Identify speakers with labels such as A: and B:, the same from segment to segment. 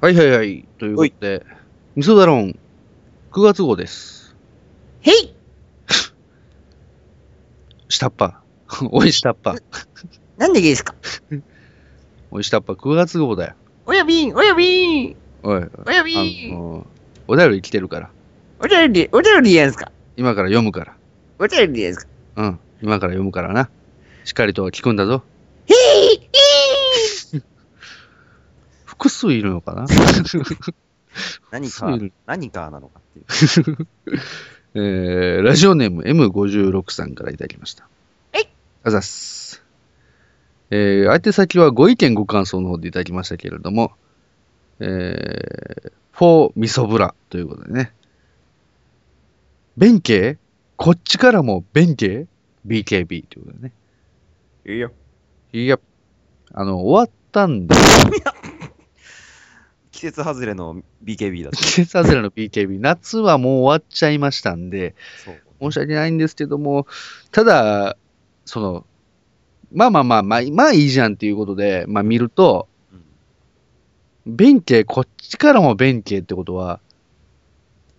A: はいはいはい。ということで、みそだろん、9月号です。
B: へい
A: 下っ端。 おい下っ端。
B: なんでいいですか
A: おい下っ端、9月号だよ。
B: おやびん、おやびん、
A: おい、あ
B: おやびん、
A: の、お便り来てるから。
B: お便り、お便りやんすか
A: 今から読むか。
B: お便りやんすから
A: うん。今から読むからな。しっかりと聞くんだぞ。
B: へいへい
A: 複数いるのかな
B: 何
A: そう
B: か
A: いう、
B: 何かなのかっていう。
A: えー、ラジオネーム M56 さんからいただきました。
B: はい。
A: あざっす。えー、宛先はご意見ご感想の方でいただきましたけれども、えー、フォーミソブラということでね。弁慶こっちからも弁慶 ?BKB ということでね。
B: いいよ。
A: いや、あの、終わったんで、
B: 季節外れの BKB だと。
A: 季節外れの BKB、夏はもう終わっちゃいましたんで、
B: そう。
A: 申し訳ないんですけども、ただ、その、まあまあまあ、まあ、まあいいじゃんっていうことで、まあ見ると、
B: うん
A: 弁慶、こっちからも弁慶ってことは、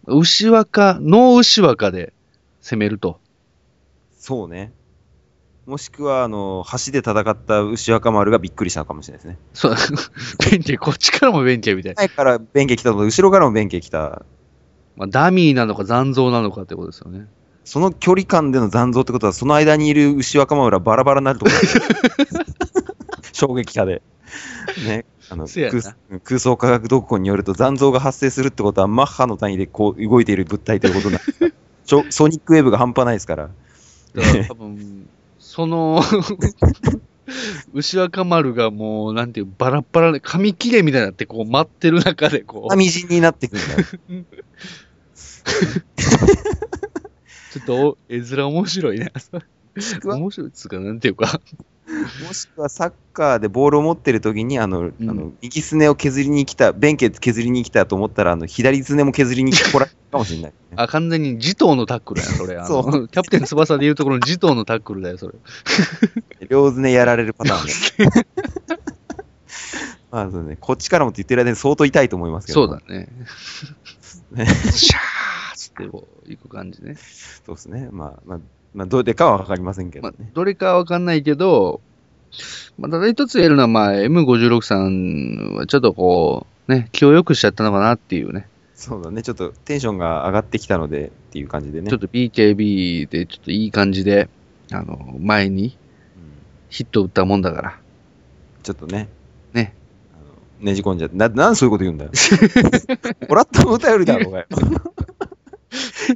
A: 牛若、ノー牛若で攻めると。
C: そうね。もしくは、あの、橋で戦った牛若丸がびっくりしたのかもしれないですね。
A: そう、弁慶、こっちからも弁慶みたいな。
C: 前から弁慶来たのと、後ろからも弁慶来た。
A: まあ、ダミーなのか残像なのかってことですよね。
C: その距離感での残像ってことは、その間にいる牛若丸はバラバラになるところ 衝撃波で。ね。あの
A: せや
C: 空
A: な
C: 空想科学読本によると残像が発生するってことはマッハの単位でこう動いている物体ということになる ちょソニックウェーブが半端ないですから
A: だから多分、その、 牛若丸がもう、なんていう、バラッバラで、紙切れみたいになって、こう、待ってる中で、こう。
C: みじんになってくるんだよ
A: ちょっとお絵面面白いね。
C: くは
A: 面白いっつうか、なんていうか。
C: もしくはサッカーでボールを持ってる時にあの、
A: うん
C: あの右すねを削りに来た、弁慶削りに来たと思ったら、あの左すねも削りに来こられたかもしれない、ね。
A: あ、完全に児童のタックルやな、それ。あの
C: そ
A: キャプテン翼でいうところの児童のタックルだよ、それ。
C: 両すねやられるパターンで。 まあそうね、こっちからもって言ってる間に相当痛いと思いますけど。
A: そうだ。ね。
C: ね
A: シャーっつってこう、行く感じね。
C: そうですね。まあ、まあ、まあ、どうでかはわかりませんけ
A: ま
C: ど
A: あ
C: ね。、
A: どれかはわかんないけど、まあ、ただ一つ言えるのは、まあ、M56 さんはちょっとこう、ね、気を良くしちゃったのかなっていうね。
C: そうだね。ちょっとテンションが上がってきたのでっていう感じでね。
A: ちょっと BKB で、ちょっといい感じで、あの、前に
C: うん
A: ヒット打ったもんだから。
C: ちょっとね。
A: ね
C: あの。ねじ込んじゃって。な、なんでそういうこと言うんだよ。もらったお便りだろ、お前。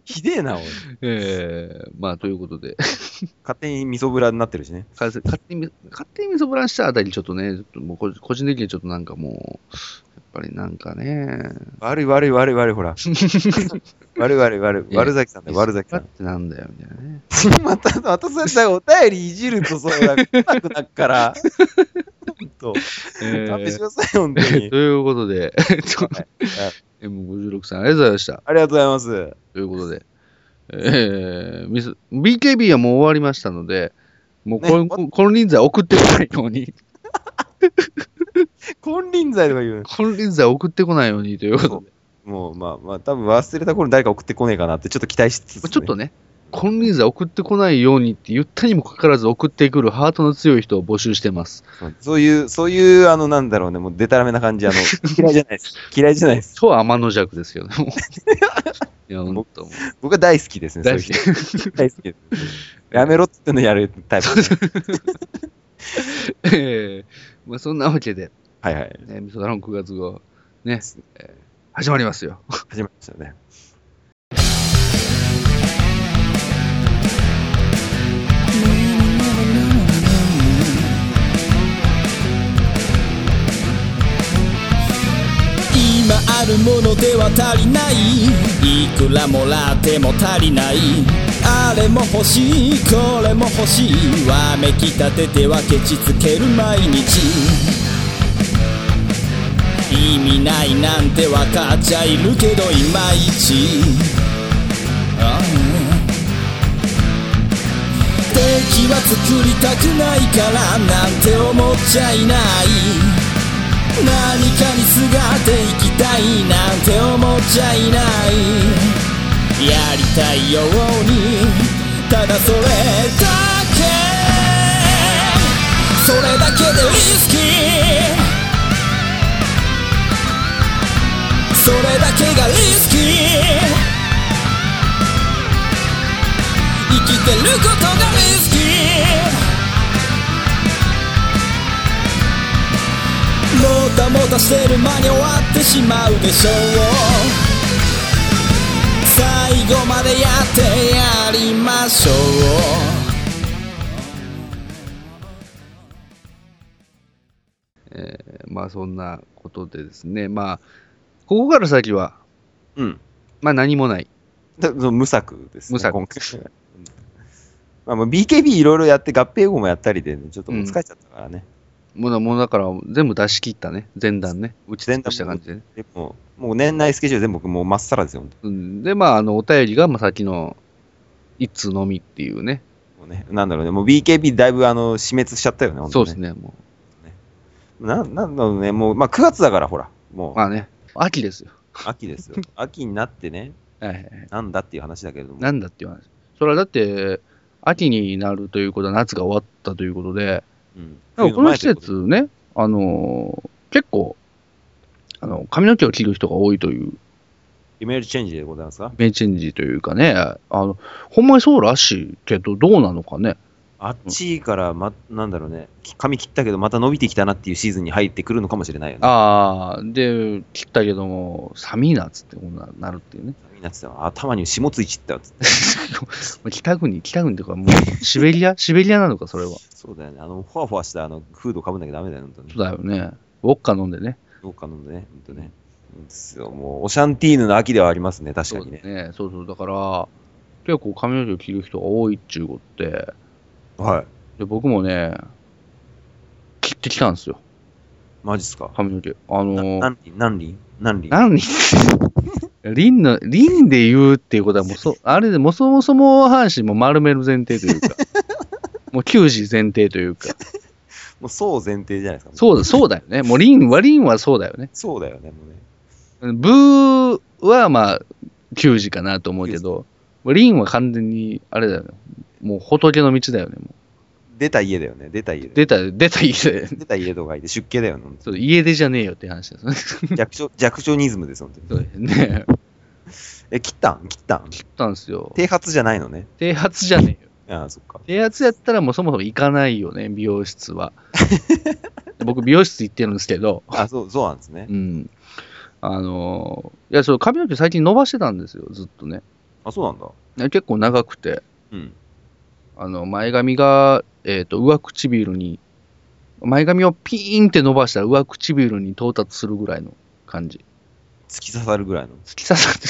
C: ひでえな、おい。
A: ええまあ、ということで。
C: 勝手に味噌ぶらになってるしね。
A: 勝手に、勝手にみそぶらしたあたり、ちょっとね、ちょっともう個個人的にちょっとなんかもう、やっぱりなんかね、
C: 悪い悪い悪い悪 い、ほら。悪い悪い悪い。悪崎さんだよ、悪崎さ
A: っ
C: ん。
A: てなんだよ、みたいなね。
C: また、またそれだよ、お便りいじると、そうだ、来なくな っから。ほんと。勘弁してください、本当に
A: と。いうことで、えっと
C: はい
A: M56 さんありがとうございました。
C: ありがとうございます。
A: ということで、えー、ミス BKB はもう終わりましたので、もうこ,、
C: ね
A: ここの人数は送ってこないように、
C: 金輪際とか言う。
A: この人数は送ってこないようにということで、
C: もう、まあまあ、多分忘れた頃に誰か送ってこねえかなって、ちょっと期待しつつ、
A: ちょっとね、この人数は送ってこないようにって言ったにもかかわらず送ってくるハートの強い人を募集してます。
C: そういう、そういう、あの、なんだろうね、もう、でたらめな感じ、あ の、嫌いじゃないです。嫌いじゃないです。
A: 超天の弱です よね、もういや、本当もう
C: 僕は大好きですね、
A: 大好き。
C: そういう人 大好きです。やめろって言ってんのやるタイプですね、
A: えーまあ、そんなわけで、
C: はいはい。
A: ね、みそだろん9月号、ね
C: す、
A: えー始まりますよ。
C: 始まりましたね。
D: 今あるものでは足りないいくらもらっても足りないあれも欲しいこれも欲しいわめきたててはケチつける毎日意味ないなんてわかっちゃいるけどいまいちああ敵は作りたくないからなんて思っちゃいない何かにすがって生じゃいないやりたいようにただそれだけそれだけでリスキーそれだけがリスキー生きてることがリスキーもたもたしてる間に終わってしまうでしょう最後までやってやりましょう
A: まあそんなことでですね、まあ、ここから先は、
C: うん。
A: まあ何もない。
C: だその無策ですね。
A: 無策
C: 今回。うんまあ、もう BKB いろいろやって、合併後もやったりでね、ちょっともう疲れちゃったからね。
A: もうだもうだから全部出し切ったね。前段ね。打ち尽
C: 前
A: く
C: 段
A: した感じでね。
C: でも、もう年内スケジュール全部もうまっさらですよ、本
A: うんで、まああの、お便りが、まあさっきの、一通のみっていうね。
C: 当にもうね。なんだろうね、もう BKB だいぶあの死滅しちゃったよね、本当
A: そう
C: に
A: ですね、も
C: ななんだろうね、もう、まあ、9月だから、ほら、も
A: う。まあね、秋ですよ。
C: う秋ですよ。 秋になってね、
A: はいはいはい
C: なんだっていう話だけれども、
A: なんだっていう話。それはだって、秋になるということは夏が終わったということで、
C: うん、
A: なんかこの季
C: 冬前という
A: 節ね、あのー結構、あの、髪の毛を切る人が多いという、
C: ことでイメージチェンジでございますか
A: 名チェンジというかね、あの、ほんまにそうらしいけど、どうなのかね。
C: あっちから、ま、なんだろうね、き髪切ったけど、また伸びてきたなっていうシーズンに入ってくるのかもしれないよね。
A: ああ、で、切ったけども、寒いなっつってこんななるっていうね。
C: みんなつってたわ頭に霜ついちったよっつって。
A: 北国、北国とかもう、シベリア シベリアなのか、それは。
C: そうだよね、あの、ふわふわしたあのフードかぶんなきゃダメだよね、本当
A: そ
C: に
A: う。だよね。ウォッカ飲んでね。
C: どうか飲んでね、本当ね。うんですよ、もう、オシャンティーヌの秋ではありますね、確か
A: そう
C: に
A: だ
C: ね。
A: ね。そうそう。だから、結構髪の毛を切る人が多いっちゅうことで、
C: はい。
A: で、僕もね、切ってきたんですよ、
C: マジっすか。
A: 髪の毛。あの
C: な
A: ー、
C: 何輪何輪何輪
A: 何リンの、リンで言うっていうことはもうそ、あれでもうそもそも阪神も丸める前提と いうか、もう球児前提というか、
C: もうそう前提じゃないですか。
A: そうだ、そうだよね。もうリンは、リンはそうだよね。
C: そうだよね、もうね。
A: ブーはまあ、球児かなと思うけど、もうリンは完全に、あれだよね。もう仏の道だよね。も
C: 出た家だよね、出た家
A: う
C: で。
A: 出た、出た家で、
C: 出た家とかいて出家だよね、本
A: そう家出じゃねえよって話ですね。
C: 当 に弱小、弱小ニズムです、本当
A: そう
C: に。
A: ですね。
C: え、切ったん切ったん
A: 切ったんですよ。
C: 剃髪じゃないのね。
A: 低発じゃねえよ。
C: ああ、そっか。
A: 低圧やったらもうそもそも行かないよね、美容室は。僕、美容室行ってるんですけど、
C: あ、そう、そうなんですね
A: う。ん。あのーいや、そう、髪の毛最近伸ばしてたんですよ、ずっとね。
C: あ、そうなんだ。
A: いや結構長くて、
C: うん。
A: あの、前髪が、えっ、と、上唇に、前髪をピーンって伸ばしたら上唇に到達するぐらいの感じ。
C: 突き刺さるぐらいの。
A: 突き刺さって、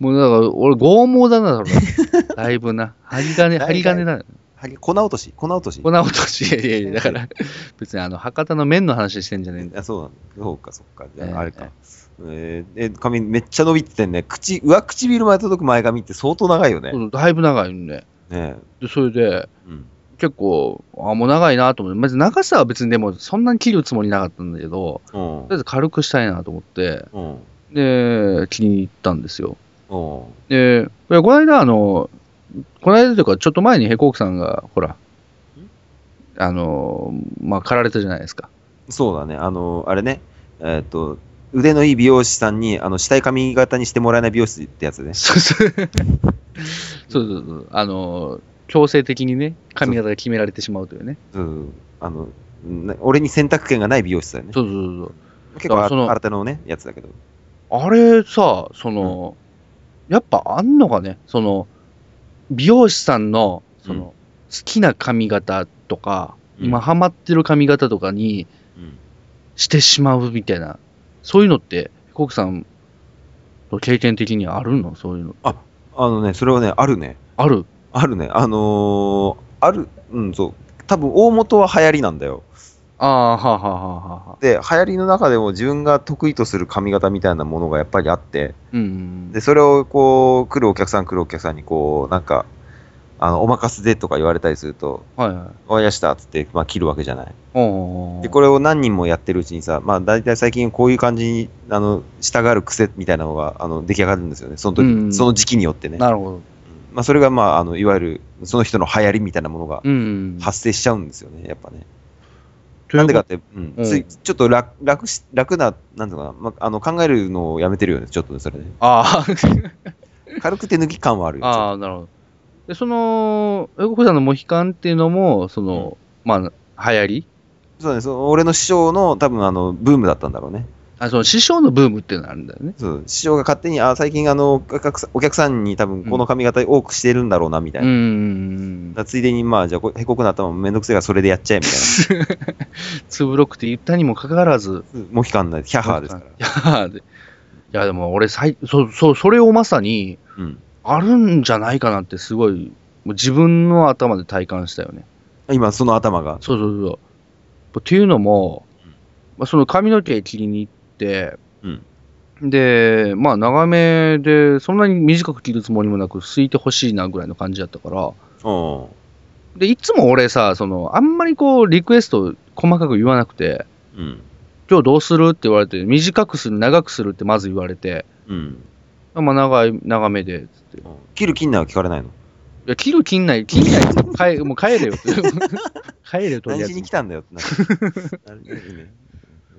A: もうだから、俺、剛毛だな、 それ。だいぶな。針金、針金だな。
C: はい、粉落とし粉落とし
A: 粉落とし、いやいやいや、だから、別にあの、博多の麺の話してんじゃねえんだよ
C: あそうなんだ。そうか、そうか。じ
A: ええ
C: ゃあ、あれか。えーえ髪めっちゃ伸びててね、口、上唇まで届く前髪って相当長いよね。
A: そ
C: ね
A: うだいぶ長いんで、
C: え
A: でそれで、
C: うん。
A: 結構、あもう長いなと思って、まず長さは別にでも、そんなに切るつもりなかったんだけど、
C: うん
A: とりあえず軽くしたいなと思って、
C: うん。
A: で、気に入ったんですよ。
C: うん。
A: で、いやこの間、あの、この間というか、ちょっと前にヘコークさんが、ほら、あの、まあ、刈られたじゃないですか。
C: そうだね。あの、あれね。えーっと、腕のいい美容師さんに、あの、死体髪型にしてもらえない美容室ってやつね。
A: そうそう。そうそうそう。あの、強制的にね、髪型が決められてしまうというね。
C: うん。あの、な俺に選択権がない美容室だよね。
A: そうそうそうそう。
C: 結
A: だか
C: 構
A: らその
C: あ、新たのね、やつだけど。
A: あれさ、その、やっぱあんのかね、その、美容師さんの、その、
C: うん
A: 好きな髪型とか、
C: うん
A: 今ハマってる髪型とかに
C: うん。
A: してしまうみたいな、そういうのって、コクさん、経験的にあるのそういうの。
C: あのね、それはね、あるね。
A: ある
C: あるね。あのーある、うん、そう。多分、大元は流行りなんだよ。
A: ああ、はあ、はあはあはあ。
C: で、流行りの中でも自分が得意とする髪型みたいなものがやっぱりあって、
A: うんうんうん。
C: で、それをこう、来るお客さん来るお客さんにこう、なんか、あの、お任せでとか言われたりすると、
A: はいはい。
C: わかりましたっつって、まあ、切るわけじゃない。
A: おー
C: で、これを何人もやってるうちにさ、まあ、大体最近こういう感じに、あの、従う癖みたいなのが、あの、出来上がるんですよね。その時、
A: うん
C: その時期によってね。
A: なるほど。
C: まあ、それが、まあ、あの、いわゆる、その人の流行りみたいなものが
A: うん。
C: 発生しちゃうんですよね、やっぱね。
A: とい
C: な
A: うん
C: でか
A: こ
C: って、うん、
A: うん
C: ついちょっと楽、楽し、楽な、なんていうのかな、まあ、あの、考えるのをやめてるよね、ちょっとね、それね。
A: あ
C: 軽く手抜き感はある
A: あ、
C: よ。ちょっと
A: ああ、なるほど。で、その、横子さんのモヒカンっていうのも、その、まあ、流行り
C: そうね、その俺の師匠の多分あのブームだったんだろうね。
A: あ、その師匠のブームっていうのがあるんだよね。
C: そう師匠が勝手に、あ最近あのお客さんお客さんに多分この髪型多くしてるんだろうなみたいうな。
A: ん
C: だか。らついでに、まあ、じゃあこ、へこくなったもめんどくせえからそれでやっちゃえみたい
A: ツーブロックって言ったにもかかわらず、
C: な。モヒカンな、ヒャハーですから。
A: いやーでいや、でも俺最、そう、そう、それをまさに、
C: うん
A: あるんじゃないかなってすごい、もう自分の頭で体感したよね。
C: 今、その頭が。
A: そうそうそう。っていうのも、まあ、その髪の毛切りに行って、
C: うん
A: で、まあ長めで、そんなに短く切るつもりもなく、すいてほしいなぐらいの感じだったから、
C: うん。
A: で、いつも俺さ、その、あんまりこう、リクエスト細かく言わなくて、
C: うん。
A: 今日どうするって言われて、短くする、長くするってまず言われて、
C: うん。
A: まあ長い、長めで、つって。い
C: 切る、切んないは聞かれないの。
A: や、切る、切んない、切んない、帰もう帰れよ って。帰れよ、とり
C: 何
A: あえず
C: しに来。たんだよってな るなるほどね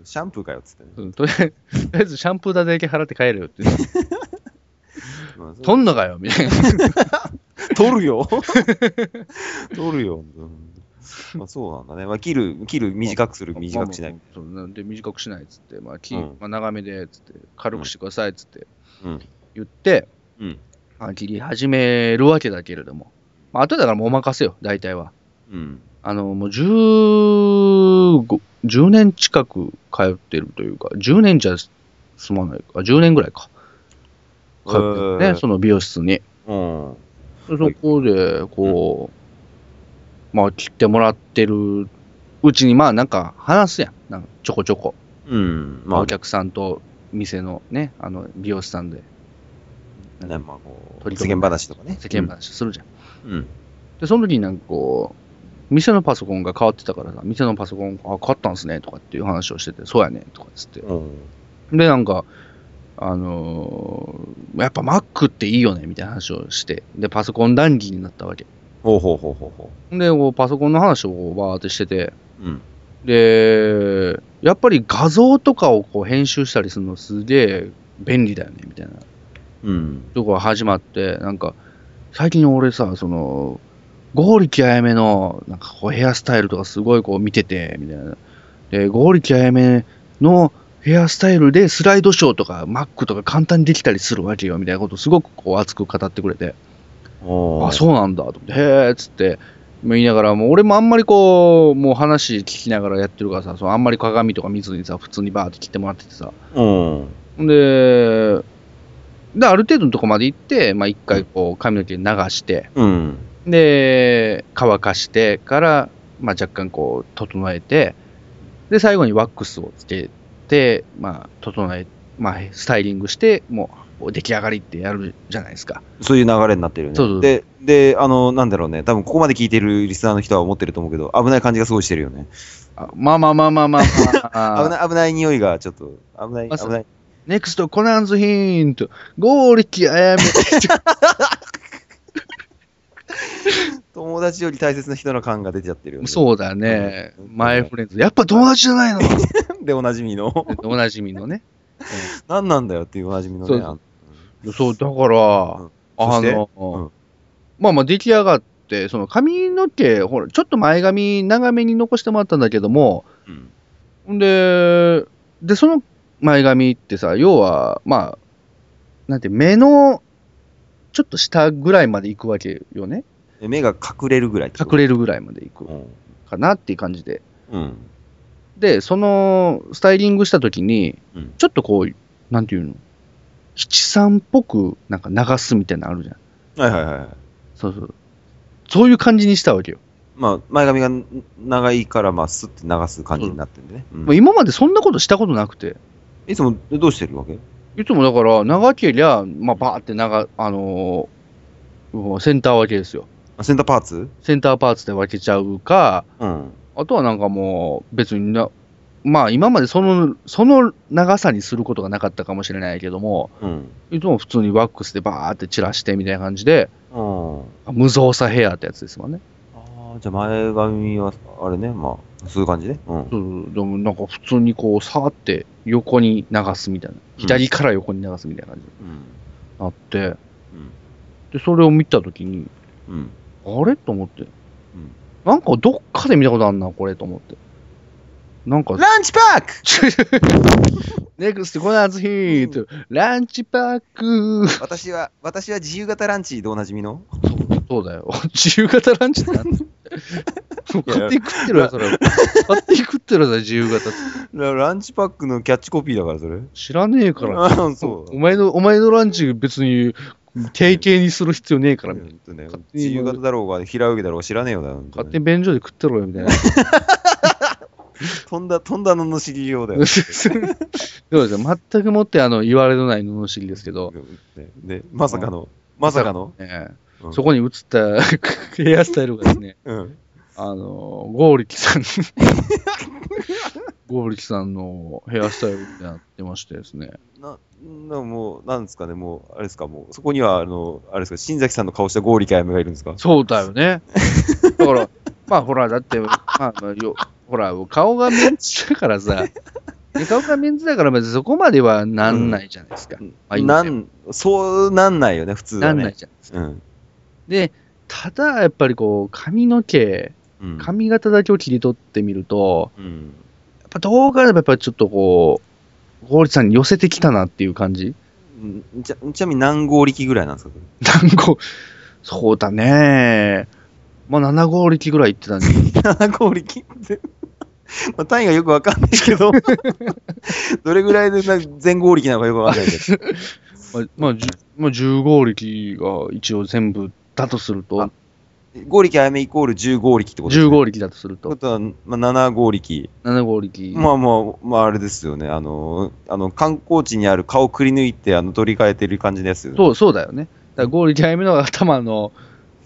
C: シャンプーかよっつってね。
A: うんとりあえず、とりあえずシャンプー代だけ払って帰れよって。
C: まあそれ
A: とんのかよ、みたいな。
C: 取るよ 取るよ、うんまあ、そうなんだね、まあ、切る切る短くする短くしない、
A: まあ。まあそうなんで、短くしないっつって、まあ、き
C: うん
A: まあ、長めで、つって、軽くしてください、つって、
C: うん
A: 言って、
C: うん
A: まあ、切り始めるわけだけれども。まあ、後だからもうお任せよ、大体は。
C: うん、
A: あの、もう15、10年近く通ってるというか、10年じゃ済まないか、10年ぐらいか。通ってる
C: え
A: ね、
C: ー
A: その美容室に。
C: うん
A: でそこで、こう、まあ、切ってもらってるうちに、まあ、なんか話すやん。なんかちょこちょこ。
C: うん
A: まあ、
C: ま
A: お客さんと店のね、あの、美容師さんで
C: あ、ねまあ、こう
A: 取り
C: 世
A: 留め
C: 間話とかね
A: 世間話するじゃん。
C: うん、うん
A: で、その時になんかこう、店のパソコンが変わってたからさ、店のパソコン、あ、変わったんすね、とかっていう話をしてて、そうやね、とかっつって。
C: うん
A: で、なんか、あのーやっぱ Mac っていいよね、みたいな話をして、で、パソコン談義になったわけ。
C: ほうほうほうほうほ
A: で、こうパソコンの話をこうバーってしてて、
C: ううん
A: で、やっぱり画像とかをこう編集したりするのすげえ便利だよね、みたいな
C: うん
A: とこが始まって、なんか、最近俺さ、その、ゴーリキあやめの、なんかこうヘアスタイルとかすごいこう見てて、みたいな。で、ゴーリキあやめのヘアスタイルでスライドショーとか Mac とか簡単にできたりするわけよ、みたいなことをすごくこう熱く語ってくれて、
C: お
A: あ、そうなんだ、と思って、へーっつって、言いながら、もう俺もあんまりこう、もう話聞きながらやってるからさ、そのあんまり鏡とか見ずにさ、普通にバーって切ってもらっててさ、
C: う、うん、
A: で、で、ある程度のとこまで行って、まあ、一回こう、髪の毛流して、
C: うん、
A: で、乾かしてから、まあ、若干こう、整えて、で、最後にワックスをつけて、まあ、整え、まあ、スタイリングして、もう、出来上がりってやるじゃないですか。
C: そういう流れになってるよね
A: そうそうそう
C: でであのなんだろうね多分ここまで聞いてるリスナーの人は思ってると思うけど危ない感じがすごいしてるよね
A: あまあまあまあまあまあ、まあ、
C: 危ない危ない匂いがちょっと危ない
A: あ
C: 危
A: そう
C: ない
A: ネクストコナンズヒント、ゴーリキあやめ。
C: 友達より大切な人の感が出ちゃってるよね
A: そうだね。
C: うん
A: マイフレンズ。やっぱ友達じゃないの
C: でおなじ みの
A: おなじみのね。
C: 何なんだよっていうおなじみの
A: そう
C: ね
A: そう
C: あの
A: そう、だから、
C: ん
A: あ
C: そして
A: の、
C: うん
A: まあまあ出来上がって、その髪の毛、ほら、ちょっと前髪長めに残してもらったんだけども、
C: うん
A: んで、で、その前髪ってさ、要は、まあ、なんて、目の、ちょっと下ぐらいまで行くわけよね。
C: え目が隠れるぐらいってこと
A: 隠れるぐらいまで行く
C: うん
A: かなっていう感じで。
C: うん
A: で、その、スタイリングした時に、
C: うん
A: ちょっとこう、なんていうの、七三っぽく、なんか流すみたいなのあるじゃん。
C: はいはいはい
A: そうそう。そういう感じにしたわけよ。
C: まあ前髪がん長いからまあスッて流す感じになってるんでね、うん
A: もう今までそんなことしたことなくて。
C: いつもどうしてるわけ
A: いつもだから、長けりゃ、まあ、バーって長、あのーうんセンター分けですよ。
C: あセンターパーツ
A: センターパーツで分けちゃうか、
C: うん。
A: あとはなんかもう別にな、まあ今までその、その長さにすることがなかったかもしれないけども、
C: うん。
A: いつも普通にワックスでバーって散らしてみたいな感じで、
C: うん。
A: 無造作ヘアってやつですもんね。
C: ああ、じゃあ前髪は、あれね、まあ、そういう感じね。うん。
A: そうでもなんか普通にこう、さーって横に流すみたいな。左から横に流すみたいな感じ
C: うん。
A: になって、
C: うん
A: で、それを見たときに、
C: うん。
A: あれと思って、
C: ん
A: なんかどっかで見たことあんな、これと思って。なんか、
C: ランチパーク
A: ネクストコナーズヒート、ランチパック。
C: 私は、私は自由型ランチでおなじみの。
A: そうだよ。自由型ランチってなんだもう勝手に食ってるよ、それ。勝手に食ってるよ、それ、自由型って。
C: ラランチパックのキャッチコピーだから、それ。
A: 知らねえから。
C: ああ、 そ
A: お前の、お前のランチ別に定型にする必要ねえから、
C: う。
A: みたいな
C: 本当ね
A: 勝手に
C: 自由型だろうが、平泳ぎだろうが知らねえよだよ。
A: 勝手に便所で食ってろよ、みたいな。
C: 飛んだ、飛んだのの知りようだよ。
A: そうですね。全くもって、あの、言われのない罵りですけど、
C: ねで、まさかの、まさかの、
A: ええ
C: うん
A: そこに映った ヘアスタイルがですね、
C: うん。
A: あの、ゴーリキさん、ゴーリキさんのヘアスタイルになってましてですね。
C: な、な、もう、なんですかね、もう、あれですか、もう、そこには、あの、あれですか、新崎さんの顔した合理解がいるんですか
A: そうだよね。だから、まあほら、だって、まあ、まあよほら、顔がメンツだからさ、で顔がメンツだから別にそこまではなんないじゃないですか。あいいんだ
C: な
A: よ
C: ん、そうなんないよね、普通
A: な
C: は
A: ん
C: ね。
A: ないじゃないですか。
C: うん。
A: で、ただやっぱりこう、髪の毛、
C: うん。
A: 髪型だけを切り取ってみると、
C: うん。
A: やっぱどうかでもやっぱちょっとこう、ゴーリキさんに寄せてきたなっていう感じ。
C: うんちゃちなみに何合力ぐらいなんですか
A: 何個、そうだね。まあ、7合力ぐらい行ってた ね。
C: ?7 合力 まあ、単位がよくわかんない けど、どれぐらいでな全合力なのかよくわかんない けど。
A: まあ、まあ、じゅまあ、10合力が一応全部だとすると
C: あ、合力あやめイコール10合力ってことです
A: 10
C: ね。
A: 合力だとすると、
C: とことは、まあ、7合力。
A: 7合力。
C: まあまあ、まあ、あれですよね。あの、あの観光地にある顔くり抜いて、あの、取り替えてる感じのやつよね。
A: そう、そうだよね。だから合力早めの頭の、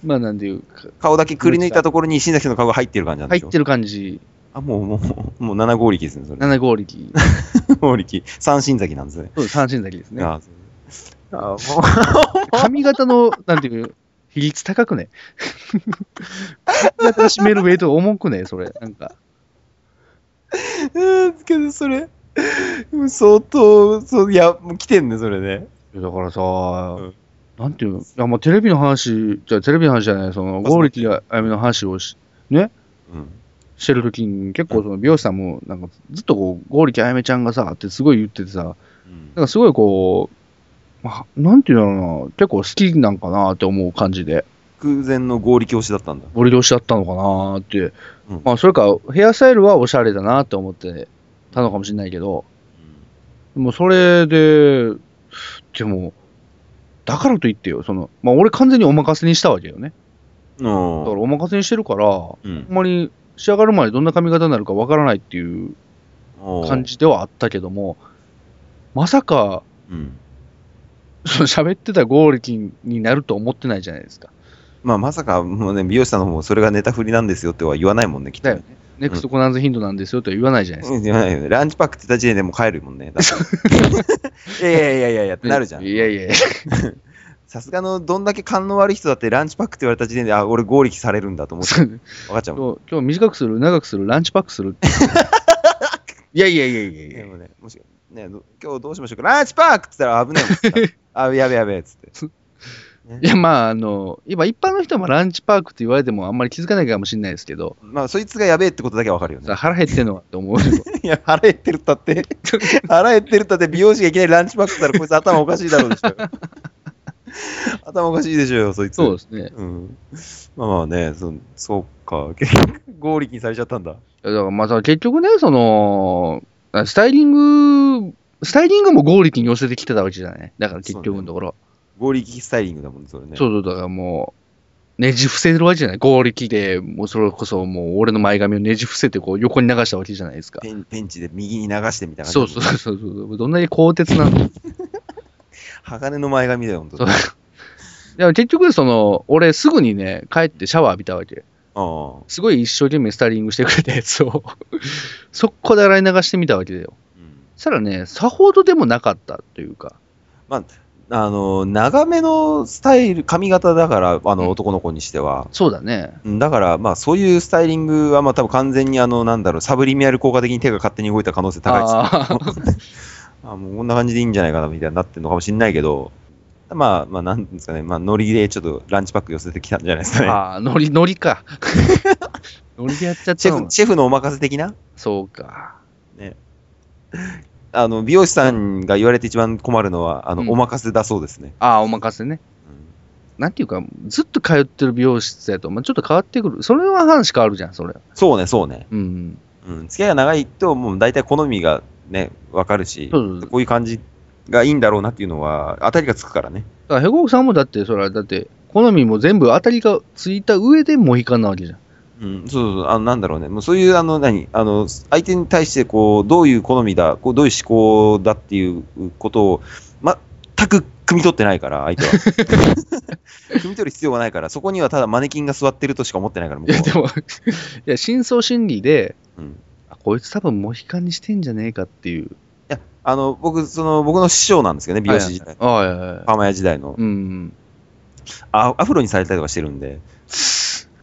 A: まあ、なんていうか、
C: 顔だけくり抜いたところに新崎さんの顔が入ってる感じなんで
A: 入
C: しょ
A: ってる感じ、
C: あ、もう、もう、もう7合力ですね、それ。
A: 7合力。
C: 合力。三新崎なんですね。
A: そう、三振崎 ですね。
C: ああ、もう、
A: 髪型の、なんていう、比率高くね。髪型締めるウェイトが重くね、それ。なんか。
C: えーけどそれ、相当、そういや、もう来てんね、それね。
A: いやだからさ、
C: ん
A: なんていうのいや、まあ、テレビの話、じゃあテレビの話じゃない、その、
C: あそう
A: ゴーリキやあやめの話をし、ね、
C: うん。
A: してるときに、結構その美容師さんも、なんか、ずっとこう、ゴーリキあやめちゃんがさ、ってすごい言っててさ、なんかすごいこう、まあ、なんていうのかな、結構好きなんかなって思う感じで、
C: 空前の合力推しだったんだ。
A: ボリ押しだったのかなって、
C: うん
A: まあ、それか、ヘアスタイルはおしゃれだなって思ってたのかもしれないけど、でもうそれで、でも、だからといってよ、その、まあ俺完全にお任せにしたわけよね。
C: うん
A: だからお任せにしてるから、ほ
C: うん
A: んまに仕上がる前どんな髪型になるかわからないっていう感。じではあったけども、まさか、
C: うん。
A: その喋ってたゴーリキになると思ってないじゃないですか。
C: まあ、まさか、もうね、美容師さんの方もそれがネタ振りなんですよっては言わないもんね、きっと
A: だよね。。ネクストコナンズヒントなんですよとは言わないじゃないですか。
C: うん言わないよね。ランチパックって言った時点でもう帰るもんね。だっていやいやいやいやいやってなるじゃん。
A: いやいやいや。
C: さすがのどんだけ勘の悪い人だってランチパックって言われた時点で、あ、俺合力されるんだと思って、
A: そう
C: 分かっちゃうもん。
A: 今日今日短くする、長くする、ランチパックするって。 いやいやいやいやい
C: で
A: や。
C: もね、もし、ね、ど今日どうしましょうか。ランチパークって言ったら危ないもん つったら。あ、やべやべやべっつって。
A: いや、まあ、あの、今、一般の人もランチパークって言われてもあんまり気づかないかもしれないですけど、
C: まあ、そいつがやべえってことだけはわかるよ
A: さ
C: ね。
A: 腹減ってんのはって思 うよ。
C: いや、腹減ってるっ たって、腹減ってるったって、美容師がいきなりランチパックって言ったら、こいつ頭おかしいだろう でしょ。頭おかしいでしょよ、そいつ。
A: そうですね。
C: うん。まあまあね、そそう か。結局、合力にされちゃったんだ。
A: だから、まあさ、結局ね、その、スタイリング、スタイリングも合力に寄せてきてたわけじゃない。だから結局のところ。
C: 合力スタイリングだもん、それね。
A: そうそうだからもう、ねじ伏せるわけじゃない。合力で、もうそれこそもう俺の前髪をねじ伏せてこう横に流したわけじゃないですか。
C: ペンペンチで右に流してみたいな
A: そう
C: 感じ。
A: そうそうそう。どんなに鋼鉄なの
C: 鋼の前髪だよ、ほんと。
A: そう でも結局、その、俺すぐにね、帰ってシャワー浴びたわけ。
C: あ
A: すごい一生懸命スタイリングしてくれ たやつを、速攻で洗い流してみたわけだよ。
C: うん
A: そしたらね、さほどでもなかったというか。
C: あの、長めのスタイル、髪型だから、あ
A: うん
C: の、男の子にしては。
A: そうだね。
C: うんだから、まあ、そういうスタイリングは、まあ、多分完全に、あの、なんだろう、サブリミナル効果的に手が勝手に動いた可能性高いです
A: あー
C: あもうこんな感じでいいんじゃないかなみたいになってるのかもしれないけど、まあ、まあ、なんですかね、まあ、ノリでちょっとランチパック寄せてきたんじゃないですかね。
A: あー、ノリ、ノリか。ノリでやっちゃっ
C: シ
A: た
C: ェ
A: の
C: フ、。シェフのお任せ的な
A: そうか。
C: あの、美容師さんが言われて一番困るのは、あの、
A: うん
C: お任せだそうですね。
A: ああ、お任せね。なんていうか、ずっと通ってる美容室やと、まあ、ちょっと変わってくる。それは話変わるじゃん、それ。
C: そうね、そうね。
A: うん。
C: うん。付き合いが長いと、もう大体好みがね、わかるし、
A: そうそうそう
C: こういう感じがいいんだろうなっていうのは、当たりがつくからね。
A: だから、ヘコクさんもだって、それは、だって、好みも全部当たりがついた上でモヒカンなわけじゃん。
C: うん、そうそうそう、あの、なんだろうね。もうそういう、あの、何、あの、相手に対して、こう、どういう好みだ、こう、どういう思考だっていうことを、全く汲み取ってないから、相手 は。汲み取る必要がないから、そこにはただマネキンが座ってるとしか思ってないから、も
A: い や、でも、いや、深層心理で、
C: うん。い
A: あこいつ多分モヒカンにしてんじゃねえかっていう。
C: や、あの、僕、その、僕の師匠なんですけどね、美容師時代。
A: ああ、いやいやいや
C: パーマ屋時代の。
A: うん。
C: あアフロにされたりとかしてるんで。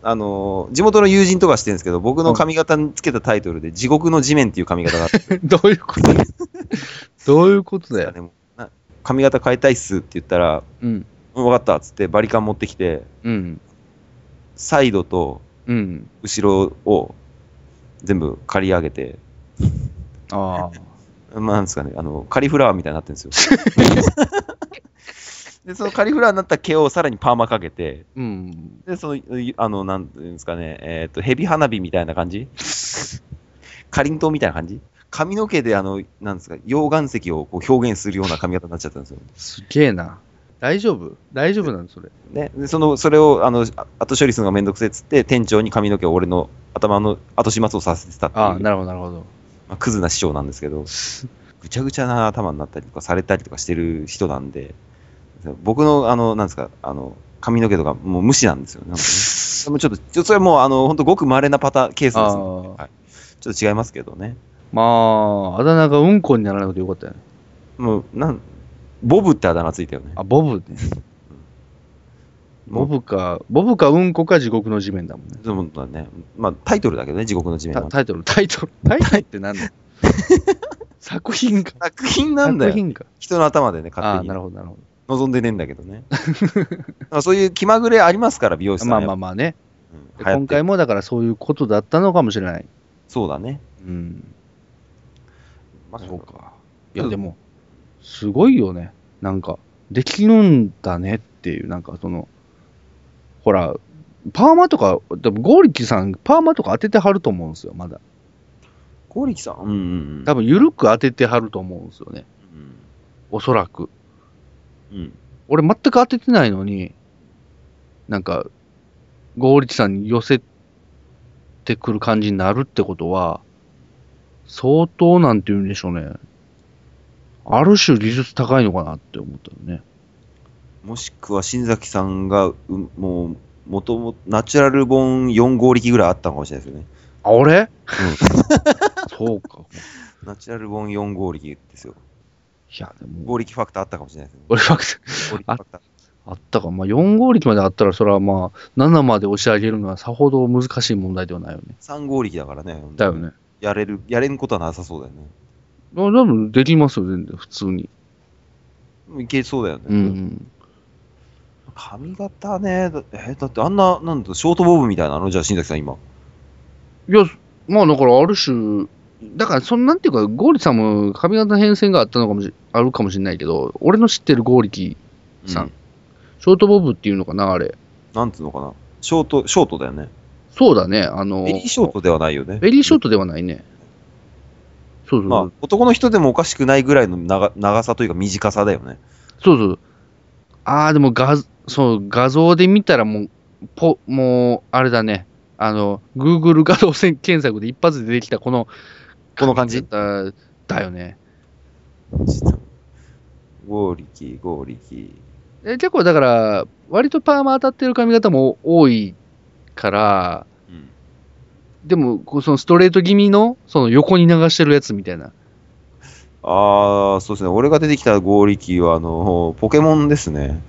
C: あの、地元の友人とかしてるんですけど、僕の髪型につけたタイトルで、地獄の地面っていう髪型があって
A: どういうことどういうことだよ。
C: でもな髪型変えたいっすって言ったら、
A: うん。
C: 分かったっつってバリカン持ってきて、
A: うん。
C: サイドと
A: うん。
C: 後ろを全部刈り上げて、
A: ああ。
C: まあ、なんですかね、あの、カリフラワーみたいになってるんですよ。で、そのカリフラワーになった毛をさらにパーマかけて、
A: うん。
C: で、その、あの、なんていうんですかね、えっ、と、ヘビ花火みたいな 感じかりんとうみたいな感じ髪の毛で、あの、なんですか、溶岩石をこう表現するような髪型になっちゃったんですよ。
A: すげえな。大丈夫大丈夫なのそれ。
C: ね、でそのそれをあのあ後処理するのがめんどくせえっつって店長に髪の毛を俺の頭の後始末をさせてたっていう
A: ああ、なるほど、なるほど。
C: まあ、クズな師匠なんですけどぐちゃぐちゃな頭になったりとかされたりとかしてる人なんで僕のあのなんですかあの髪の毛とかもう無視なんですよねなんかねで もちょっとちょそれはもうあの本当ごく稀なパターンケースです
A: あ
C: ので
A: あ。
C: ちょっと違いますけどね
A: まあ、あだ名がうんこにならなくてよかったよね。
C: もうなんボブってあだ名ついたよね
A: あ、ボブね。ボブか、ボブかうんこか地獄の地面だもんね。
C: そういうことだね、まあ、タイトルだけどね地獄の地面
A: た
C: は
A: タイトル、タイトル、タイトルって何だ 作品か。
C: 作品なんだ
A: 作
C: よ
A: 品か。
C: 人の頭でね
A: あ
C: 勝
A: あ、
C: 手に
A: なるほど、なるほ
C: 望んでねえんだけ どね。だからそういう気まぐれありますから、美容
A: ど。
C: 師さん
A: ま
C: は
A: あまあまあね。
C: うん流
A: 今
C: 行ってる
A: 回もだからそういうことだったのかもしれない。
C: そうだね。
A: うん。
C: まあ
A: そうか。いや、
C: うん
A: でも、すごいよね。なんか、できるんだねっていう、なんかその、ほら、パーマとか、でもゴーリキさん、パーマとか当ててはると思うんですよ、まだ。
C: 剛力さん。うんうん
A: 多分、ゆるく当ててはると思うんですよね。
C: うん。
A: おそらく。
C: うん。
A: 俺、全く当ててないのに、なんか、ゴーリキさんに寄せてくる感じになるってことは、相当なんて言うんでしょうね。ある種技術高いのかなって思ったよね。
C: もしくは新崎さんが、うもう、もともナチュラル本4合力ぐらいあったのかもしれないですよね。
A: あ、俺、 そうか。
C: ナチュラル本4合力ですよ。
A: いや、でも、
C: 合力ファクターあったかもしれないですね。
A: 俺ファク
C: 剛力ファクター。
A: あったか。まあ、4号力まであったら、それはまあ、7まで押し上げるのはさほど難しい問題ではないよね。
C: 3合力だからね。
A: だよ。ね。
C: やれる、やれんことはなさそうだよね。
A: あ多分できますよ、全然、普通に。
C: もういけそうだよね。
A: うんうん。
C: 髪型ね、だえだってあんな、なんだ、ショートボブみたいなのじゃあ新崎さん今。
A: いや、まあ、だから、ある種、だから、その、なんていうか、ゴーリさんも髪型の変遷があったのかもし、あるかもしれないけど、俺の知ってるゴーリキ、さん
C: うん
A: ショートボブっていうのかな、あれ。
C: なんつうのかな、ショート、ショートだよね。
A: そうだね、あの、
C: ベリーショートではないよね。
A: ベリーショートではないね。そうそうそう。
C: まあ、男の人でもおかしくないぐらいの長長さというか短さだよね。
A: そうそう。ああ、でも画、そう、画像で見たらもう、ぽ、もう、あれだね。あの、Google 画像せん検索で一発で出てきたこの、
C: この感じ
A: だっただよね。
C: ゴーリキ、ゴーリキ、
A: え結構だから、割とパーマ当たってる髪型も多いから、
C: うん
A: でも、こうそのストレート気味の、その横に流してるやつみたいな。
C: ああ、そうですね。俺が出てきた合力は、あの、ポケモンですね。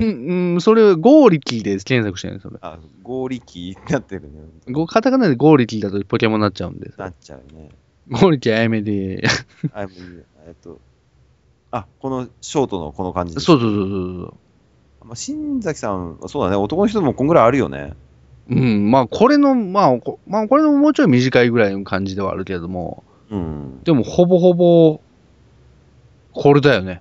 A: うん、うんそれ、ゴーリキーで検索してないそれ。
C: あ、合力になってるね。
A: ごカタカナでゴーリキーだとポケモンになっちゃうんで。
C: なっちゃうね。
A: ゴーリキーあやめで。
C: あ、もういいやえっと、あ、このショートのこの感じ。。
A: そううそうそうそう
C: まあ、新崎さん、そうだね。男の人もこんぐらいあるよね。
A: そう。うん、まあこれの、まあ、こまあこれのもうちょい短いぐらいの感じではあるけれども、
C: うん。
A: でもほぼほぼ、これだよね。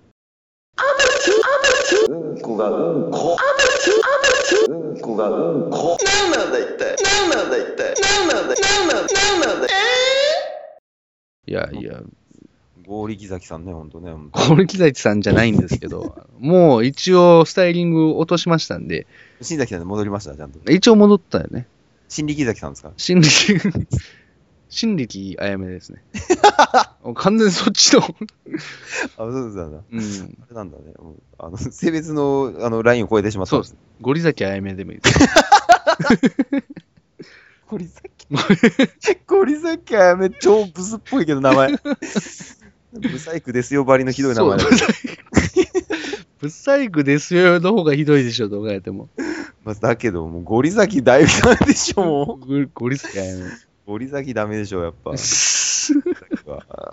A: いやいや、
C: 合力崎さんね、ほんとね。
A: ゴールキザイチさんじゃないんですけど、もう一応スタイリング落としましたんで、
C: 新崎さんに戻りました、ちゃんと。
A: 一応戻ったよね。
C: 新力崎さんですか
A: 新力、新力あやめですね。完全にそっちの、
C: あ、そうなんだ。あ
A: うん、
C: れなんだね。うんあの、性別の、あの、ラインを超えてしまった。
A: そうです。ゴリザキあやめでもいいです。
C: ゴリザキ。ゴリザキはやめ、超ブスっぽいけど、名前。ブサイクですよ、バリのひどい名前だけど
A: ブサイクですよの方がひどいでしょ、どう考えても。
C: まあ、だけど、もうゴリザキだいぶダメでしょ、も
A: ゴ
C: う。
A: ゴリザキあやめ。
C: ゴリザキダメでしょ、やっぱ。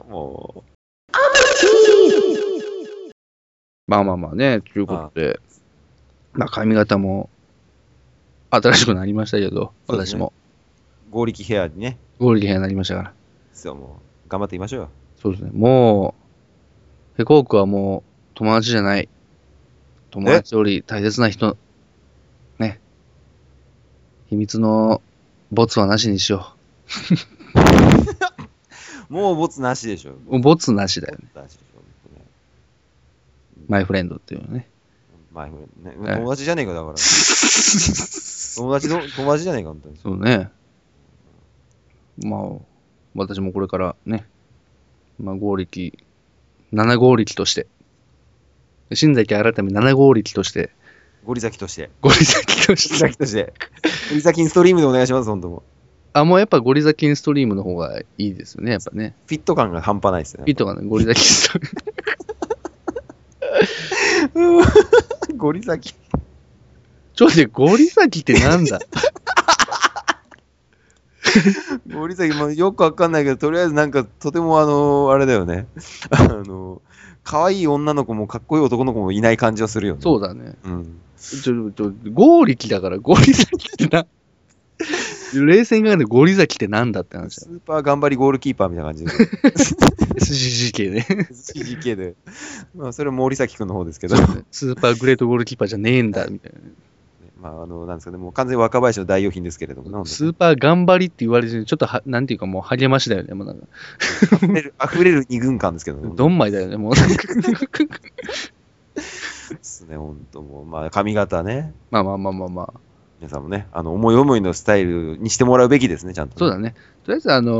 C: も
A: まあまあまあね、ということで、まあ髪型も新しくなりましたけど、
C: そうです
A: 私
C: ね
A: も
C: う、合力ヘアにね、
A: ゴールキになりましたから。
C: そう、もう、頑張っていきましょうよ。
A: そうですね。もう、ヘコークはもう友達じゃない。友達より大切な人。ね。秘密のボツはなしにしよ
C: もう、ボツなしでしょ。ボ
A: う。ボツなしだよね。
C: ツなしでしょ、ほんとね。
A: マイフレンドっていうね。
C: まあ、ね、
A: ええ
C: 友達じゃねえか、だから。友達の、友達じゃねえか、本当に。
A: そうね。まあ、私もこれからね、まあ、合力、7合力として、新崎改め7合力として、
C: ゴリザキとして。
A: ゴリザキと
C: ゴリ
A: して、
C: ザキとして。ゴリザキンストリームでお願いします、本当も
A: あ、もうやっぱゴリザキンストリームの方がいいですよね、やっぱね。
C: う。フィット感が半端ないですね。
A: いいとかね、ゴリザキンストリーム。
C: ゴリザキ。
A: ちょっと待って、ゴリザキってなんだ
C: ゴリザキ、まあ、よくわかんないけど、とりあえずなんか、とてもあの、あれだよね。あの、可愛い女の子もかっこいい男の子もいない感じはするよね。
A: そうだね。
C: う。うん。
A: ちょ、ちょ、ゴーリキだから、ゴリザキってな。冷静に考えてゴリザキってなんだって話だ
C: スーパー頑張りゴールキーパーみたいな感じで。
A: SGGK ね。
C: CGK で。まあ、それは森崎くんの方ですけど、
A: スーパーグレートゴールキーパーじゃねえんだ、みたいな。
C: まあ、あの、なんですかね、もう完全に若林の代用品ですけれども、なんで
A: スーパー頑張りって言われてる、ちょっとは、なんていうかもう励ましだよね。もうなんか、
C: 溢れる、溢れる二軍感ですけど も、
A: どんまいだよね、もうなんか。
C: ですね、本当もう、まあ、髪型ね、
A: まあまあまあまあまあ。
C: 皆さんもね、あの、思い思いのスタイルにしてもらうべきですね、ちゃんと、
A: そうだね。とりあえず、あのー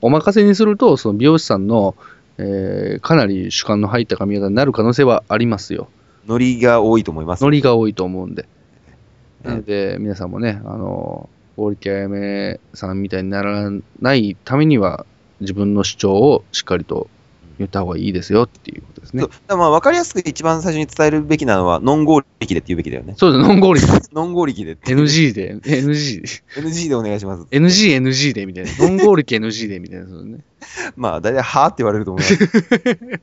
A: お任せにすると、その美容師さんの、えーかなり主観の入った髪型になる可能性はありますよ。
C: ノリが多いと思います。
A: ノリが多いと思うんで。
C: え
A: なので、皆さんもね、あのー、オーリキャヤメさんみたいにならないためには、自分の主張をしっかりと言った方がいいですよっていうことですね
C: そう。だからまあ、わかりやすく一番最初に伝えるべきなのは、ノン合力でって言うべきだよね。
A: そうです、ノンゴーリ
C: ノン合力でって。
A: NG で、NG で。
C: NG でお願いします。
A: NG、NG でみたいな。ノンゴーリキ NG でみたいな。そうね。
C: まあ、大体、はーって言われると思います。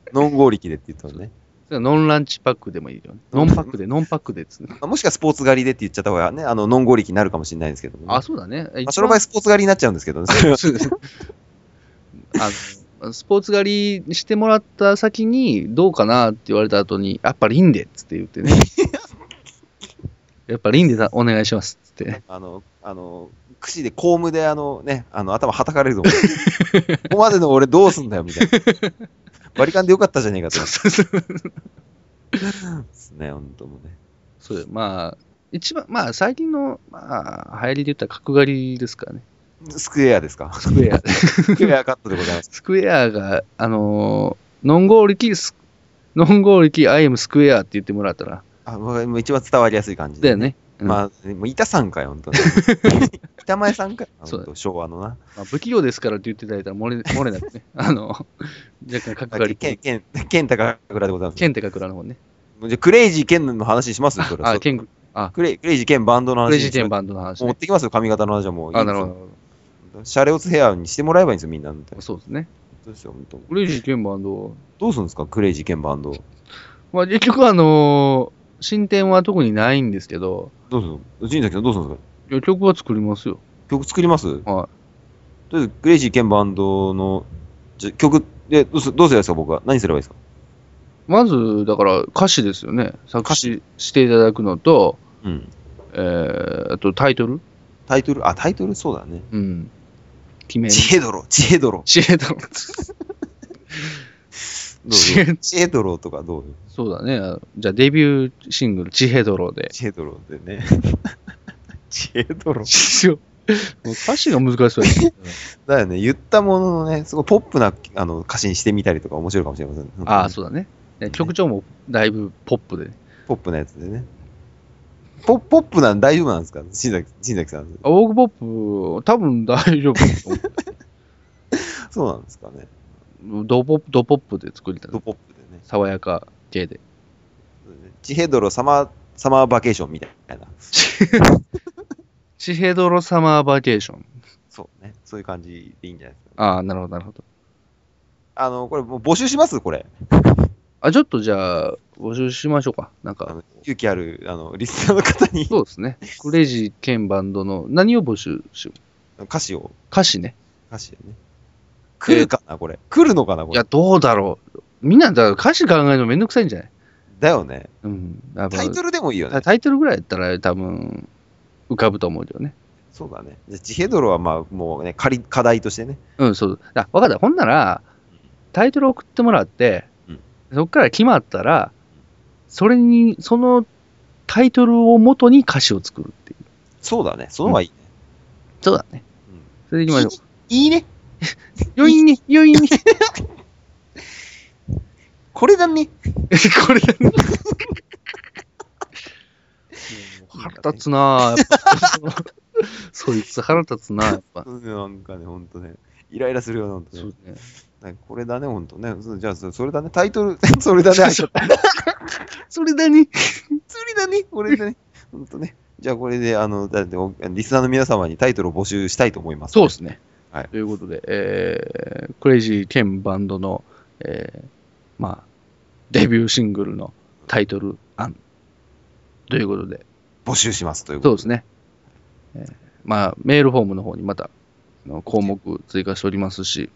C: ノン合力でって言ったのね。
A: それはノンランチパックでもいいよね。ノンパックで、ノンパックでっつうね。
C: まあもしかスポーツ狩りでって言っちゃった方がね、あの、ノン合力になるかもしれないですけどもね、
A: あ、そうだね。
C: まあ、その場合、スポーツ狩りになっちゃうんです けどね。それは
A: そうですあのスポーツ狩りしてもらった先に、どうかなって言われた後に、やっぱりいいんでっつって言ってね。やっぱりいいんでだお願いしますっつ って。
C: あの、あの、櫛で、コームで、あのね、あの、頭はたかれると思う。ここまでの俺どうすんだよ、みたいな。バリカンでよかったじゃねえかと。ですね、ほんともうね。
A: そうよまあ、一番、まあ最近の、まあ、流行りで言ったら角刈りですからね。
C: スクエアですか
A: スクエア。
C: スクエアカットでございます。
A: スクエアが、あのーノンゴーリキスノンゴーリキ、アイエムスクエアって言ってもらったら。
C: あ、もうもう一番伝わりやすい感じ
A: だ
C: で。
A: よね。うん
C: まあ、もう板さんかよ、本当 に。板前さんかよ、
A: そう
C: 本当昭和のな。
A: まあ不器用ですからって言っていただいたら 漏れ、漏れなくね。あの、若干角刈り。
C: ケン、ケン、ケン高倉でございます。
A: ケンって書くらの方ね。
C: もうじゃあクレイジーケンの話しますよ、それ。
A: あ、
C: そう
A: ケン、
C: クレイクレイジーケンバンドの話。
A: クレイジーケンバンドの話
C: 持っ
A: ね。
C: てきますよ、髪型の話はもういい
A: あ、な
C: です
A: る
C: よ
A: ほど。
C: シャレオツヘアにしてもらえばいいんですよ、みんな。ど
A: そうですね。
C: うしよう、本当
A: クレイジーケンバンド。
C: どうするんですか、クレイジーケンバンド。
A: まあ結局あのー進展は特にないんですけど、
C: どうする陣崎さん、どうするんですか
A: いや曲は作りますよ。
C: 曲作ります
A: は
C: とりあえず、クレイジーケンバンドのじゃ曲、でどうすどうすればいいですか、僕は。何すればいいですか
A: い。まず、だから歌詞ですよね。作詞していただくのと、
C: うん。
A: えー、あとタイトル
C: タイトル、あ、タイトルそうだね。
A: うん。決 める。
C: 知恵泥、知恵泥。
A: 知恵だろ。
C: どう
A: 知恵
C: 知恵泥とかどうよ
A: そうだね。あのじゃあデビューシングル、地平泥で。
C: 知恵泥でね。 知恵泥。
A: もう歌詞が難しそうです ね
C: だよね、言ったもののね、すごいポップなあの歌詞にしてみたりとか面白いかもしれません。
A: ああ、そうだね。ね曲調もだいぶポップで。
C: ポップなやつでね。ポポップなん大丈夫なんですか新崎新崎さん。
A: あウォークポップ、多分大丈夫。
C: そうなんですかね。
A: ドポップ、ドポップで作りたい
C: ド。ポップでね。
A: 爽やか系で。
C: 地平泥サマー、サマーバケーションみたいな。
A: シヘドロサマーバケーション。
C: そうね。そういう感じでいいんじゃないですか。
A: ああ、なるほど、なるほど。
C: あの、これもう募集しますこれ。
A: あ、ちょっとじゃあ、募集しましょうか。なん
C: あ
A: か、
C: の勇気ある、あの、リスナーの方に
A: そうですね。クレイジー兼バンドの、何を募集しよう
C: 歌詞を、
A: 歌詞ね。
C: 歌詞をね。来るかなこれ。来るのかなこ
A: い
C: れ
A: や、。どうだろう。みんな、だから歌詞考えるのめんどくさいんじゃない
C: だよね。
A: うん。やっぱ
C: タイトルでもいいよね
A: タ。タイトルぐらいやったら多分、浮かぶと思うけどね。
C: そうだね。じゃあ地平泥はまあ、もうね、仮課題としてね。
A: うん、そう。あ、わかった。ほんなら、タイトル送ってもらって、
C: うん
A: そっから決まったら、それに、そのタイトルを元に歌詞を作るっていう。
C: そうだね。その方がいいね。
A: そうだね。
C: うん
A: それでいきましょう。
C: いいね。
A: 余韻ね、余 韻ね。
C: これだね。
A: これだね。腹立つなぁ。やっ ぱそいつ腹立つなぁ、やっぱ。
C: うんなんかね、ほんとね。イライラするよ、なんと
A: そう
C: ね。
A: ね。
C: なんかこれだね、ほんとね。そうじゃあ、そそれだね。タイトル、 それだね。それ
A: それだね。
C: だね。これだね。ほんとね。じゃあ、これで、あの、だっておリスナーの皆様にタイトルを募集したいと思います。
A: そうですね。
C: はい
A: ということで、えー、クレイジーケンバンドの、えー、まあ、デビューシングルのタイトル案ということで、
C: 募集しますというこ
A: そ
C: と
A: うですね。えーまあ、メールフォームの方にまたあの項目追加しておりますし、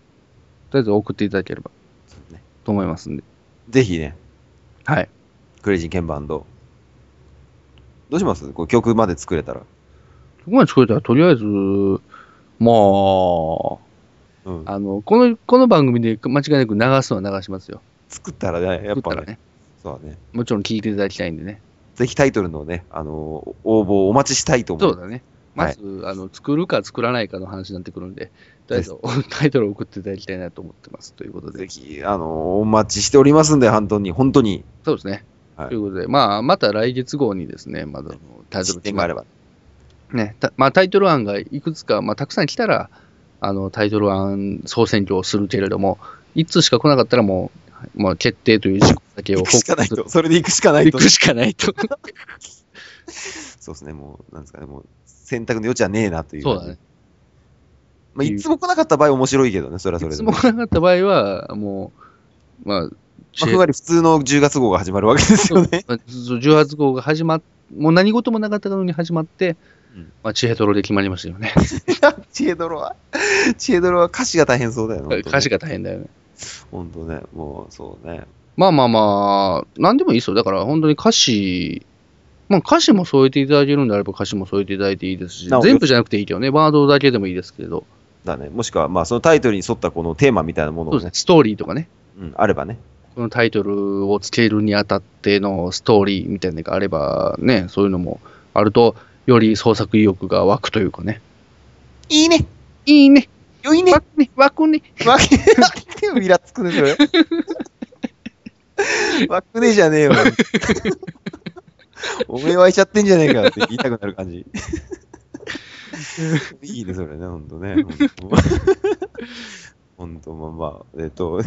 A: とりあえず送っていただければ
C: ですね。
A: と思いますんで、
C: ぜひね、
A: はい。
C: クレイジーケンバンド。どうしますこう曲まで作れたら。
A: そこまで作れたら、とりあえず、ま
C: うん。
A: あ、あの、この、この番組で間違いなく流すのは流しますよ。
C: 作ったらね、やっ
A: 作
C: ぱ
A: たら
C: ね。
A: ね。
C: そうだね。
A: もちろん聞いていただきたいんでね。
C: ぜひタイトルのね、あの応募をお待ちしたいと思。
A: そううだね。
C: は
A: ま
C: い
A: ず、あの作るか作らないかの話になってくるんで、とりあえずタイトルを送 っていただきたいなと思ってます。ということ
C: ぜ
A: で。
C: ひ、あのお待ちしておりますんで、本当に、本当に。
A: そうですね。
C: はい
A: ということで、まあ、また来月号にですね、まだあのタイトル
C: 進展があれば。
A: ねたまあ、タイトル案がいくつか、まあ、たくさん来たら、あのタイトル案総選挙をするけれども、いつしか来なかったらもう、まあ、決定という事項だけを
C: 行くしかない
A: する
C: と。それで行くしかない
A: 行
C: と。
A: くしかないと。
C: そうですね、もう、なんですかね、もう、選択の余地はねえなという。
A: そうだね。。
C: まあ、いつも来なかった場合面白いけどね、それはそ
A: い
C: れで
A: つ
C: ね。
A: も来なかった場合は、もう、まあ、
C: まあ、ふんわり普通の10月号が始まるわけですよね。
A: まあそう18号が始まっ、もう何事もなかったのに始まって、
C: うん
A: まあ、チヘトロで決まりましたよね。
C: 知恵泥は、知恵泥は歌詞が大変そうだよね。
A: 歌詞
C: が。
A: が大変だよね。
C: 本当ね、もう、そうね。
A: まあまあまあ、なんでもいいですよ。だから本当に歌詞、まあ歌詞も添えていただけるんであれば歌詞も添えていただいていいですし
C: なお、
A: 全部じゃなくていいけどね、ワードだけでもいいですけど、
C: だね。もしくは、まあ、そのタイトルに沿ったこのテーマみたいなもの
A: そう
C: を
A: です
C: ね
A: ね、、ストーリーとかね、
C: うん、あればね。
A: このタイトルをつけるにあたってのストーリーみたいなのがあれば、ね、そういうのもあると、より創作意欲が湧くというかね。
C: いいね
A: いいね、
C: 良いね
A: 湧くね、湧くね。
C: わけ、わけ、イラつくね、それ。バックネじゃねえよ。おめえ湧いちゃってんじゃねえかって言いたくなる感じ。いいね、それね、ほんとね。ほんと、まあまあ、えっ、と、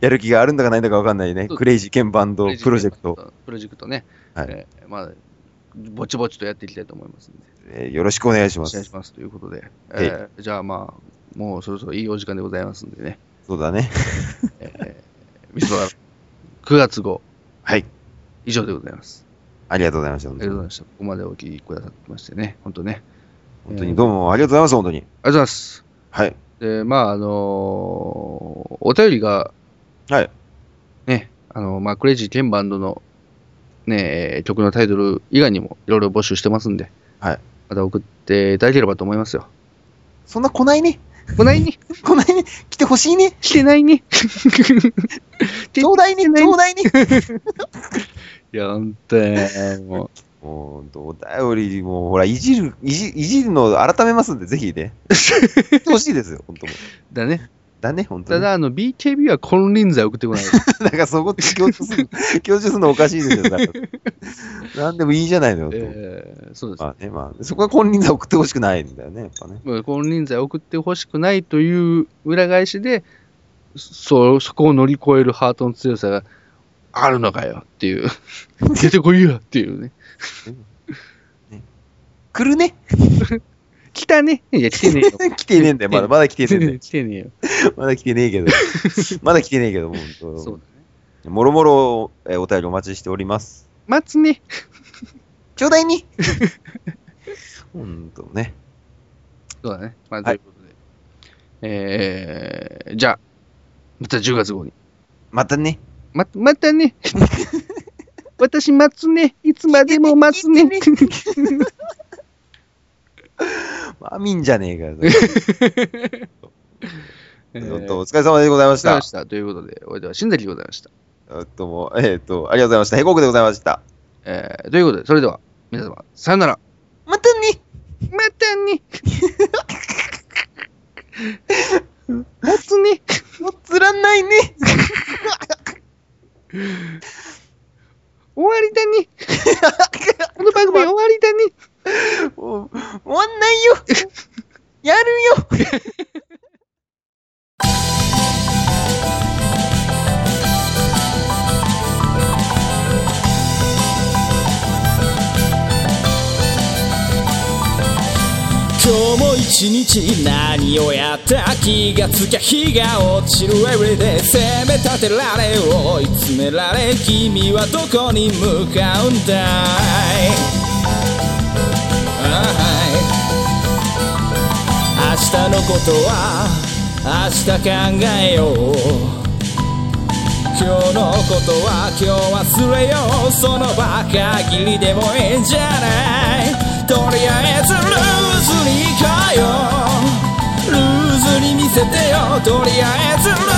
C: やる気があるんだかないんだかわかんないね。クレイジーケンバンドプロジェクト、。
A: プロジェクトね。
C: はい
A: えーまあ、ぼちぼちとやっていきたいと思いますんで。
C: えーよろしくお願いし
A: お
C: ま
A: 願い
C: す
A: し。ますということで。えーじゃあまあ、もうそろそろいいお時間でございますんでね。
C: そうだね。
A: えー、みそ ば9月号、
C: はい。
A: 以上でございます。
C: ありがとうございました。
A: ありがとうございました。ここまでお聞きくださってましてね。本当ね。
C: 本当にどうもありがとうございます、本当に。
A: ありがとうございます。
C: はい。
A: で、まあ、あのーお便りが、
C: はい。
A: ね、あの、まあ、クレイジーケンバンドの、ね、えー曲のタイトル以外にもいろいろ募集してますんで、
C: はい。
A: また送っていただければと思いますよ。
C: そんな来ないね。
A: 来ないね。
C: 来ないね。来てほしいね。
A: 来てないね。
C: ちょうだいね。ちょうだいね。
A: いや、ほんとね、もう。
C: もうほんと、お便り、もうほら、いじる、いじいじるの改めますんで、ぜひね。来てほしいですよ、本当もう
A: だね。
C: だね、本当
A: た
C: に。
A: だ、あの、BKB は金輪際送ってこない。
C: なんか そこって強調 する、強調するのおかしいですよ、だからなんでもいいじゃないのよ、と
A: えー、そうです。
C: まあね、まあ、そこは金輪際送ってほしくないんだよね、やっぱね。
A: まあ金輪際送ってほしくないという裏返しで、そ、そこを乗り越えるハートの強さがあるのかよって いう。出てこいよっていうね。
C: 来るね
A: 来たね。いや、来てねえよ。
C: 来てねえんだよ、まだ、まだ 来てねえんだよ。
A: 来て ねえよ。
C: まだ来てねえけど。まだ来てねえけど、もうほんと
A: そうだね。
C: もろもろえーお便りお待ちしております。
A: 待つね。
C: ちょうだい にほんとね。
A: そうだね。まあ、と
C: はいいう
A: ことで。えー、じゃあ、また10月号に。
C: またね。
A: ま、また ね。私待つね。いつまでも待つね。
C: まあ、みんじゃねえかよ。そ
A: え
C: れ
A: ー
C: ほんとお疲れ様でございまし
A: ござい
C: た
A: ま。した。ということで、お相手は新崎でございました。
C: えっともう、えっと、ありがとうございました。ヘコークでございました。
A: えー、ということで、それでは、皆様、さよなら。
C: またね
A: またね。待つね。
C: もうつらないね
A: 終わりだね。 この番組終わりだね。
C: もう終わん ないよやるよ
D: 今日も一日何をやった気がつきゃ日が落ちる Everyday 責め立てられ追い詰められ君はどこに向かうんだいあーはい明日のことは明日考えよう今日のことは今日忘れようその場限りでもいいんじゃないとりあえずルーズに行こうよルーズに見せてよとりあえずルー